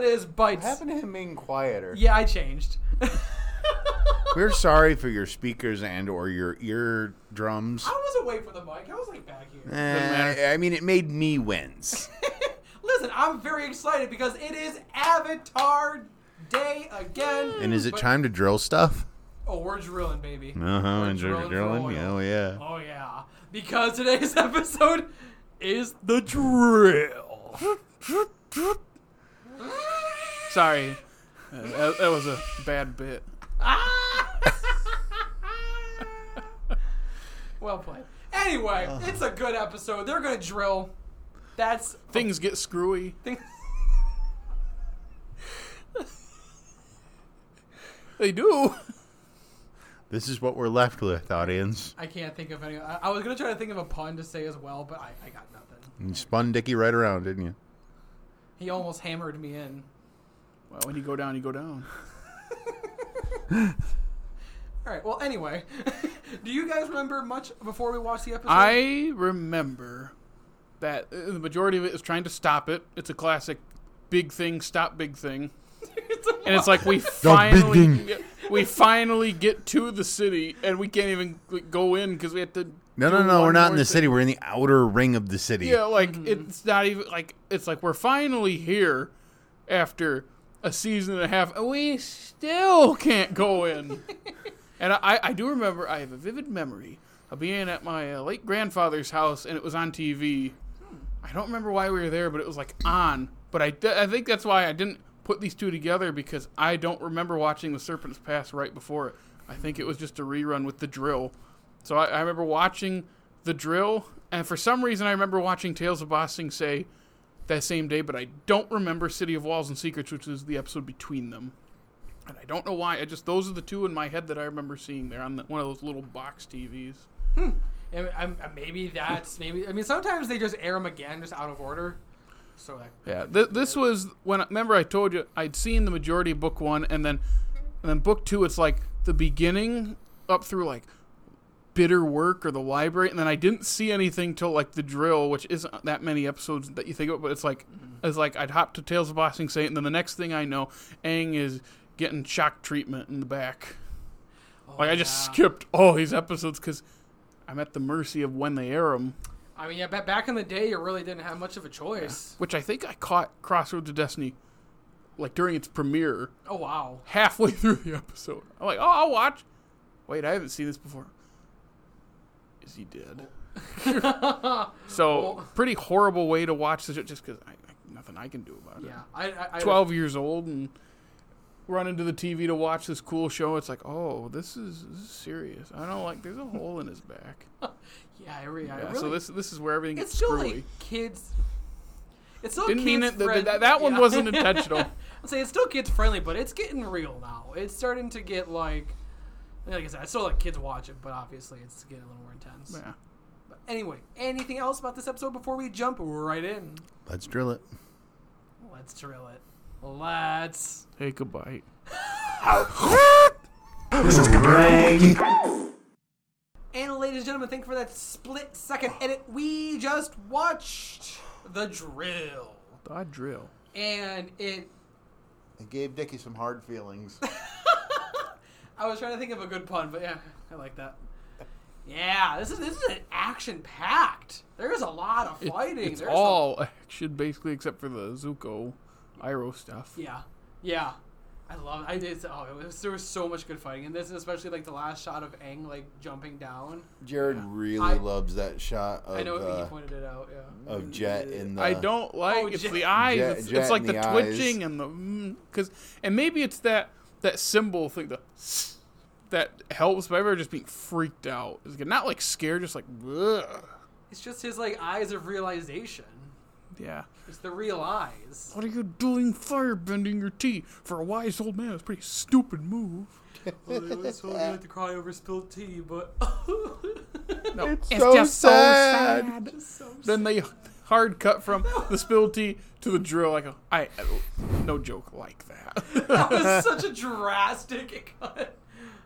just bites. What happened to him being quieter? Yeah, I changed. I We're sorry for your speakers and or your ear drums. was away from the mic. I was like back here. Eh, I mean, it made me wins. Listen, I'm very excited because it is Avatar Day again. and is it But- time to drill stuff? Oh, we're drilling, baby. Uh huh. We're And drilling, for drilling. oil. Oh yeah. Oh yeah, because today's episode is the drill. Sorry, Uh, that, that was a bad bit. Ah! well played. Anyway, it's a good episode. They're gonna drill. That's Things get screwy. thing. They do. This is what we're left with, audience. I can't think of any. I, I was gonna try to think of a pun to say as well, but I, I got nothing. You spun Dickie right around, didn't you? He almost hammered me in. Well, when you go down, you go down. All right. Well, anyway, do you guys remember much before we watched the episode? I remember that uh, the majority of it is trying to stop it. It's a classic big thing, stop big thing. It's a And it's like we Stop big finally we finally get to the city and we can't even like, go in because we have to No, do no, no. one We're not in more the thing. city. We're in the outer ring of the city. Yeah, like it's not even like it's like we're finally here after a season and a half, and we still can't go in. and I, I do remember I have a vivid memory of being at my uh, late grandfather's house, and it was on TV. I don't remember why we were there, but it was like on. But I, th- I think that's why I didn't put these two together because I don't remember watching The Serpent's Pass right before it. I think it was just a rerun with The Drill. So I, I remember watching The Drill, and for some reason I remember watching Tales of Bossing say that same day, but I don't remember City of Walls and Secrets, which is the episode between them. And I don't know why. I just those are the two in my head that I remember seeing there on the, one of those little box TVs. And, um, maybe that's maybe. I mean, sometimes they just air them again, just out of order. So like, Yeah, th- this was when. Remember, I told you I'd seen the majority of book one, and then, and then book two. It's like the beginning up through like bitter work or the library, and then I didn't see anything till like the drill, which isn't that many episodes that you think of. But it's like, it's like I'd hop to Tales of Bossing Saint, and then the next thing I know, Aang is getting shock treatment in the back. like I just skipped all these episodes because I'm at the mercy of when they air them. I mean, yeah, ba- back in the day, you really didn't have much of a choice. which I think I caught Crossroads of Destiny like during its premiere Oh wow, halfway through the episode. I'm like, oh, I'll watch. Wait, I haven't seen this before. Is he dead? so pretty horrible way to watch this just because I, I, nothing I can do about it. yeah. I, I, I Twelve years old and running to the TV to watch this cool show. It's like, oh, this is, this is serious. I don't like. There's a hole in his back. Yeah, I, re- I Yeah, really. So this this is where everything it's gets still screwy. like kids. It's still Didn't kids mean it. th- friend- th- that one yeah. wasn't intentional. I'll say it's still kids friendly, but it's getting real now. It's starting to get like, like I said, I still let kids watch it, but obviously it's getting a little more intense. yeah. But anyway, anything else about this episode before we jump right in? Let's drill it. Let's drill it. Let's. Take a bite. And ladies and gentlemen, thank you for that split second edit. We just watched The Drill. I drill. And it It gave Dickie some hard feelings. I was trying to think of a good pun, but yeah, I like that. Yeah, this is this is an action packed. There's a lot of fighting. It's There's all action basically except for the Zuko Iroh stuff. a, Yeah. Yeah. I love it. I did oh it was, there was so much good fighting in this, and especially like the last shot of Aang like jumping down. Jared really I- loves that shot of I know uh, he pointed it out, yeah. of Jet in the. I don't like Oh, it's Jet- the eyes. Jet- it's, Jet it's like in the, the eyes. twitching and the because and maybe it's that that symbol thing the that helps. But I remember just being freaked out. It's not like scared, just like ugh. It's just his like eyes of realization. yeah. It's the real eyes. What are you doing, firebending your tea for a wise old man? It's a pretty stupid move. Well, they always told me not to cry over spilled tea, but No, it's, so sad. Just so Then they hard cut from the spilled tea to the drill. Like a, I, I- no joke like that. that was such a drastic cut.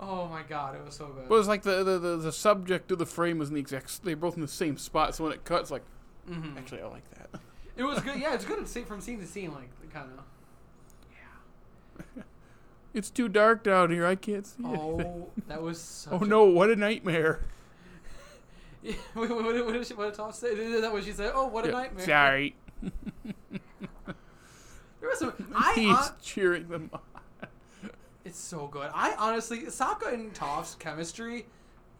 Oh my god, it was so bad. But it's like the, the, the, the subject of the frame was in the exact. They're both in the same spot. So when it cuts, like Mm-hmm. actually I like that. It was good. Yeah, it's good to see from scene to scene, like kind of. It's too dark down here. I can't see anything. Oh, that was such Oh a- no! What a nightmare. Yeah, what, what, what did she, what did Tom say? Is that what she said? Oh, what a Yeah, nightmare. Sorry. There was some, I, uh, He's hon- cheering them on. it's so good. I honestly, Sokka and Toph's chemistry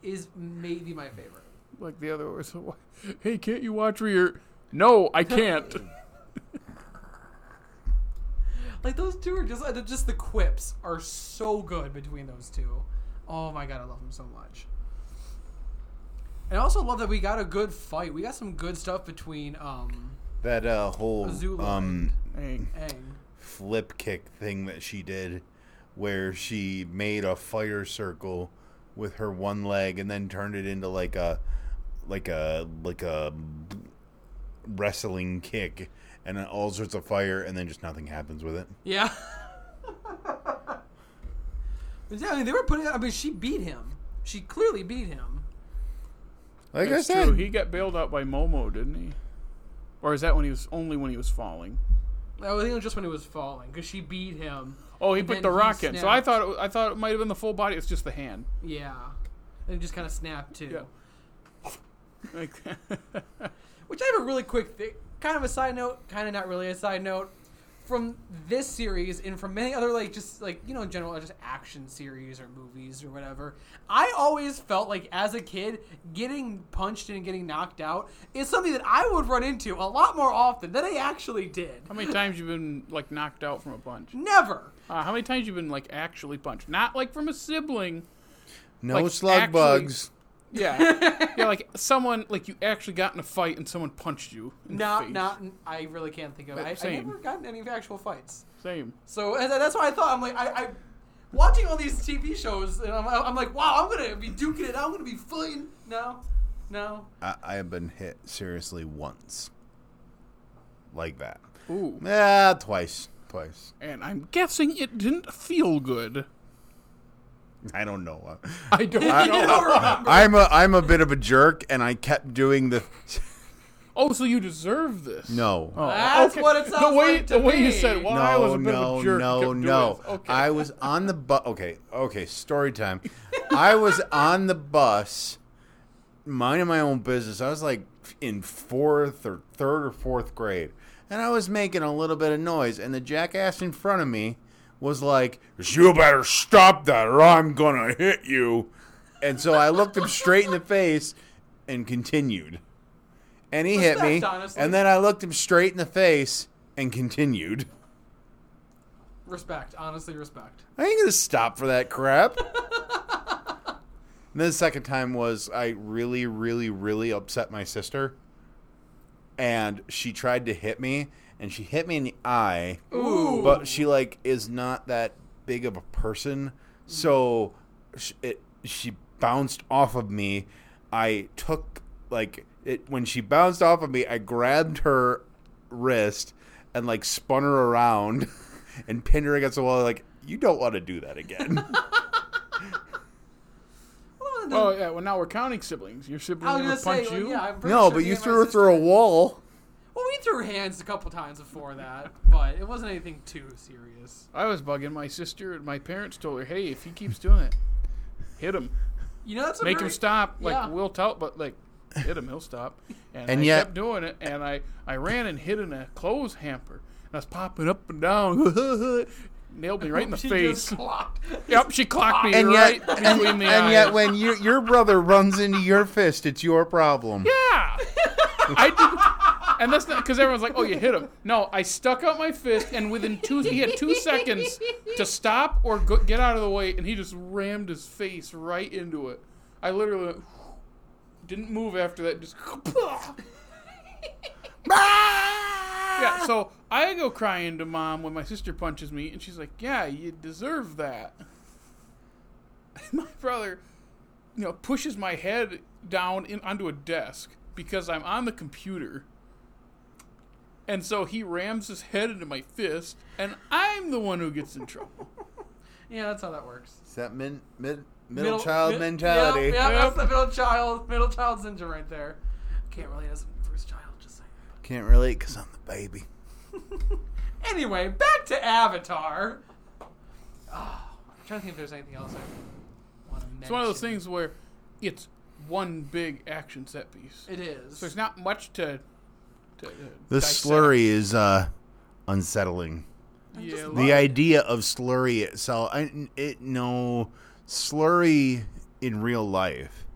is maybe my favorite. Like the other was, hey, can't you watch for your? No, I can't. Like those two are just, uh, just the quips are so good between those two. Oh my god, I love them so much. And I also love that we got a good fight. We got some good stuff between um That uh, whole Azula um, Dang. Aang. flip kick thing that she did, where she made a fire circle with her one leg and then turned it into like a like a like a wrestling kick and then all sorts of fire and then just nothing happens with it. Yeah. yeah, I mean, they were putting. I mean, she beat him. She clearly beat him. Like That's I said, true. He got bailed out by Momo, didn't he? Or is that when he was only when he was falling? I think it was just when he was falling because she beat him. Oh, he And put then the he rock in. So I snapped. thought it, wa- I thought it might have been the full body. It's just the hand. Yeah, and it just kind of snapped too. Yeah. Like, Which I have a really quick, thi- kind of a side note, kind of not really a side note, from this series and from many other like just like you know general just action series or movies or whatever. I always felt like as a kid, getting punched and getting knocked out is something that I would run into a lot more often than I actually did. how many times you been like knocked out from a punch? Never. Uh, how many times you been like actually punched? Not like from a sibling. no like, slug actually- bugs. Yeah, yeah, like someone like you actually got in a fight and someone punched you. In the Not, face. not. I really can't think of. But I, I same. never gotten any actual fights. same. So and that's why I thought I'm like I, I watching all these TV shows and I'm, I'm like wow I'm gonna be duking it out I'm gonna be fighting no no I, I have been hit seriously once. Like that. Ooh, Yeah, twice. Twice. and I'm guessing it didn't feel good. I don't know. I don't you know. don't remember I'm a I'm a bit of a jerk, and I kept doing the Oh, so you deserve this? no. Oh, That's okay. what it The sounds way like to the way you me. said, "Well, No, I was a bit no, of a jerk." kept no, doing no. this. Oh. Okay. I was on the bus. Okay, okay. Story time. I was on the bus, minding my own business. I was like in fourth or third or fourth grade, and I was making a little bit of noise. And the jackass in front of me was like, "You better stop that, or I'm gonna hit you." And so I looked him straight in the face and continued. And he hit Respect, me. honestly. And then I looked him straight in the face and continued. respect honestly respect I ain't gonna stop for that crap. and then the second time was I really, really, really upset my sister, and she tried to hit me, and she hit me in the eye. Ooh. But she like is not that big of a person, so sh it she bounced off of me. I took like it when she bounced off of me. I grabbed her wrist and like spun her around and pinned her against the wall. Like you don't want to do that again. Well, then- Oh yeah. Well, now we're counting siblings. Your sibling I was never gonna say punched well, you. yeah I'm pretty no, sure but me you and my threw her sister- through a wall. well we threw hands a couple times before that but it wasn't anything too serious I was bugging my sister, and my parents told her, "Hey, if he keeps doing it, hit him, you know that's a make very, him stop. Like yeah. we'll tell, but like hit him, he'll stop." And, And I yet- kept doing it, and I I ran and hid in a clothes hamper, and I was popping up and down. Nailed me right in the she face. just clocked. Yep, she clocked me And right yet, and, between the and eyes. yet, when you, your brother runs into your fist, it's your problem. Yeah. I did. And that's not because everyone's like, oh, you hit him. No, I stuck out my fist, and within two, he had two seconds to stop or go, get out of the way, and he just rammed his face right into it. I literally went, didn't move after that. Just yeah. So I go crying to mom when my sister punches me, and she's like, "Yeah, you deserve that." my brother, you know, pushes my head down in, onto a desk because I'm on the computer. And so he rams his head into my fist, and I'm the one who gets in trouble. yeah that's how that works It's that min, mid, middle, child mentality. Yep, yep, Yep. that's the middle child, middle child syndrome right there. Can't relate as a first child, just saying. Can't relate because I'm the baby. Anyway, back to Avatar. Ah, trying to think if there's anything else I want to mention. It's one of those things where it's one big action set piece. It is. So there's not much to. to uh, This dissect. slurry is uh, unsettling. Yeah, just- like- The idea of slurry itself, I, it no slurry in real life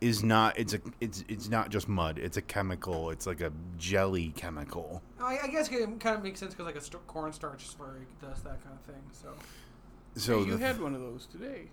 is not. It's a. It's it's not just mud. It's a chemical. It's like a jelly chemical. I, I guess it kind of makes sense because like a st- cornstarch slurry does that kind of thing. So So you the- had one of those today.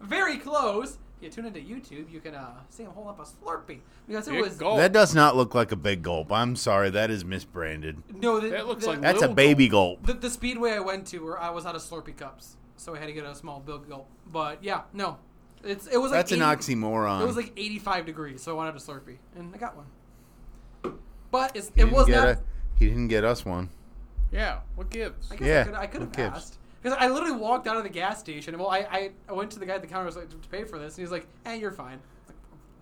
very close. If you tune into YouTube, you can uh, see him hold up a Slurpee because it Big was gulp. that does not look like a big gulp. I'm sorry, that is misbranded. no. The, That looks the, like That's a Little baby gulp. the, the speedway I went to where I was out of Slurpee cups, so I had to get a small big gulp. But yeah, no, it's it was like That's an 80 oxymoron. It was like 85 degrees, so I wanted a Slurpee, and I got one. But it's, He it didn't was get not. a- he didn't get us one. Yeah. What gives? I guess Yeah, I could, I could who have cares? asked. Because I literally walked out of the gas station. and Well, I, I, I went to the guy at the counter I was like, to pay for this, and he's like, eh, you're fine. I was like,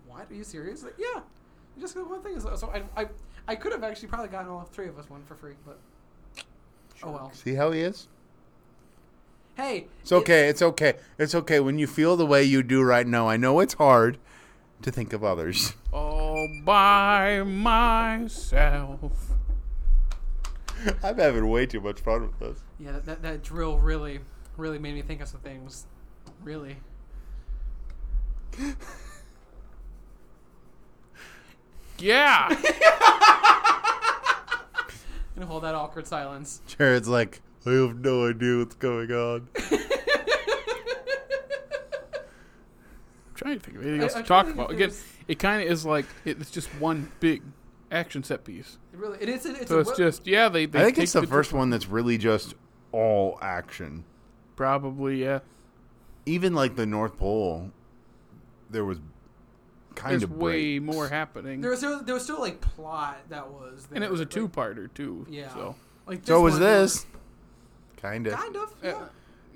what? Are you serious? Like, yeah. You just got one thing. So, so I, I, I could have actually probably gotten all three of us one for free, but oh well. See how he is? Hey. It's okay. It's okay. It's okay. When you feel the way you do right now, I know it's hard to think of others. All by myself. I'm having way too much fun with this. Yeah, that, that, that drill really, really made me think of some things. Really. Yeah. And hold that awkward silence. Jared's like, I have no idea what's going on. I'm trying to think of anything I- else I'm to trying talk to think about. if Again, there's- it kind of is like it, it's just one big action set piece. It really, it is. It's, So a it's wo- just yeah. They. they I think take it's the different- first one that's really just all action. Probably yeah. Even like the North Pole, there was kind There's of way breaks. more happening. There was still, there was still like plot that was. There. and it was a Like- two-parter too. Yeah. So. Like So was one, there this. Kind of. Kind of. Yeah.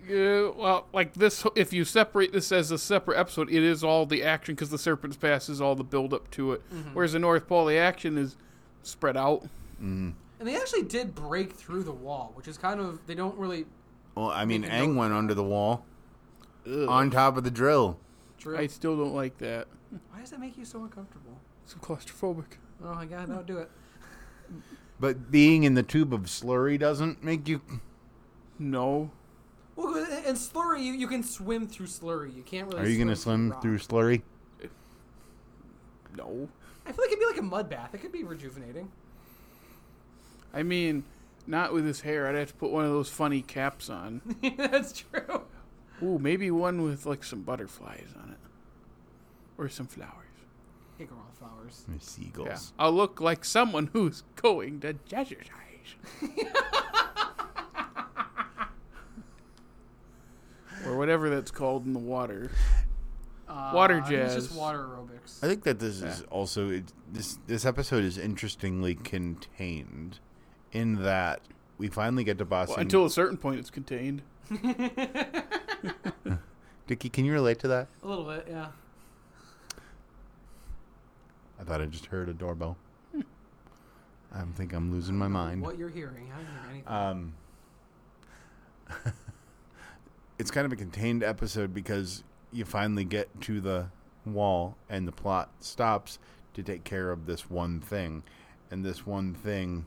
Yeah, well, like this, if you separate this as a separate episode, it is all the action because the Serpent's Pass is all the build up to it. Mm-hmm. Whereas the North Pole, the action is spread out. And they actually did break through the wall, which is kind of they don't really Well, I mean, Make a Aang note. went under the wall on top of the drill. drill. I still don't like that. Why does that make you so uncomfortable? It's claustrophobic. Oh my god, don't do it. But being in the tube of slurry doesn't make you. No. Well, good- and slurry, you, you can swim through slurry. You can't really. Are you going to swim swim through rock. slurry? No. I feel like it'd be like a mud bath. It could be rejuvenating. I mean, not with his hair. I'd have to put one of those funny caps on. That's true. Ooh, maybe one with like some butterflies on it, or some flowers. Can't go wrong with flowers. Seagulls. Yeah. I'll look like someone who's going to exercise. or whatever that's called in the water. Uh, Water I think It's jazz. just water aerobics. I think that this is also it, this this episode is interestingly contained in that we finally get to Boston. Well, until a certain point, it's contained. Dickie, can you relate to that? A little bit, yeah. I thought I just heard a doorbell. I think I'm losing my mind. What you're hearing? I don't hear anything. Um, it's kind of a contained episode because you finally get to the wall and the plot stops to take care of this one thing, and this one thing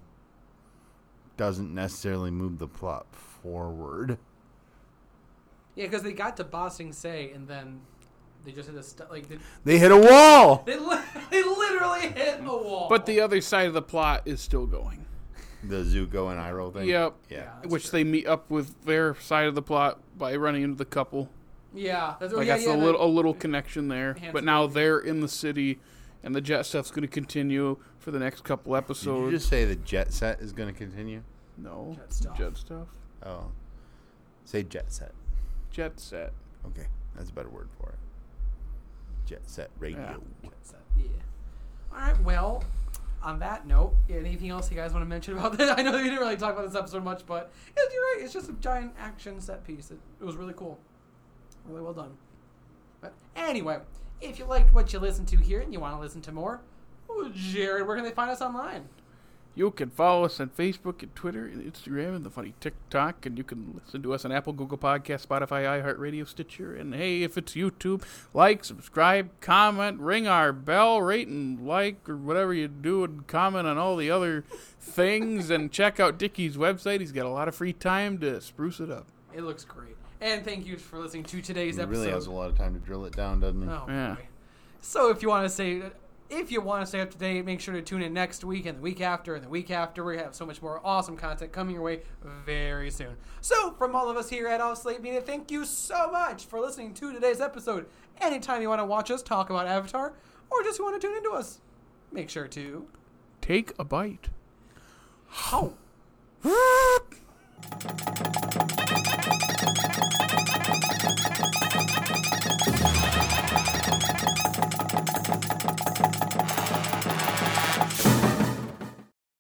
doesn't necessarily move the plot forward. yeah, because they got to Bossing Say, and then they just hit a stu- like they They hit a wall. they, li- they literally hit a wall. But the other side of the plot is still going. The Zuko and Iroh thing. Yep. Yeah. That's which true. they meet up with their side of the plot by running into the couple. yeah, that's, Like yeah, that's yeah, a that- little a little connection there. Hands But now they're in the city, and the jet stuff's going to continue for the next couple Did you episodes. just say the jet set is going to continue? no Jet stuff. Jet stuff. Oh, say jet set. Jet set. Okay, that's a better word for it. Jet set radio. So, yeah. All right. Well, on that note, yeah, anything else you guys want to mention about this? I know we didn't really talk about this episode much, but yeah, you're right. It's just a giant action set piece. It, it was really cool. Really well done. But anyway, if you liked what you listened to here and you want to listen to more, oh, Jared, where can they find us online? You You can follow us on Facebook and Twitter and Instagram and the funny TikTok, and you can listen to us on Apple, Google Podcast, Spotify, iHeartRadio, Stitcher, and hey, if it's YouTube, like, subscribe, comment, ring our bell, rate and like, or whatever you do, and comment on all the other things, and check out Dickie's website. He's got a lot of free time to spruce it up. It looks great. And thank you for listening to today's He episode. really has a lot of time to drill it down, doesn't he? Oh, Yeah. boy. So if you want to say, if you want to stay up to date, make sure to tune in next week and the week after and the week after. We have so much more awesome content coming your way very soon. So from all of us here at Off Slate Media, thank you so much for listening to today's episode. Anytime you want to watch us talk about Avatar or just want to tune into us, make sure to Take a bite. how.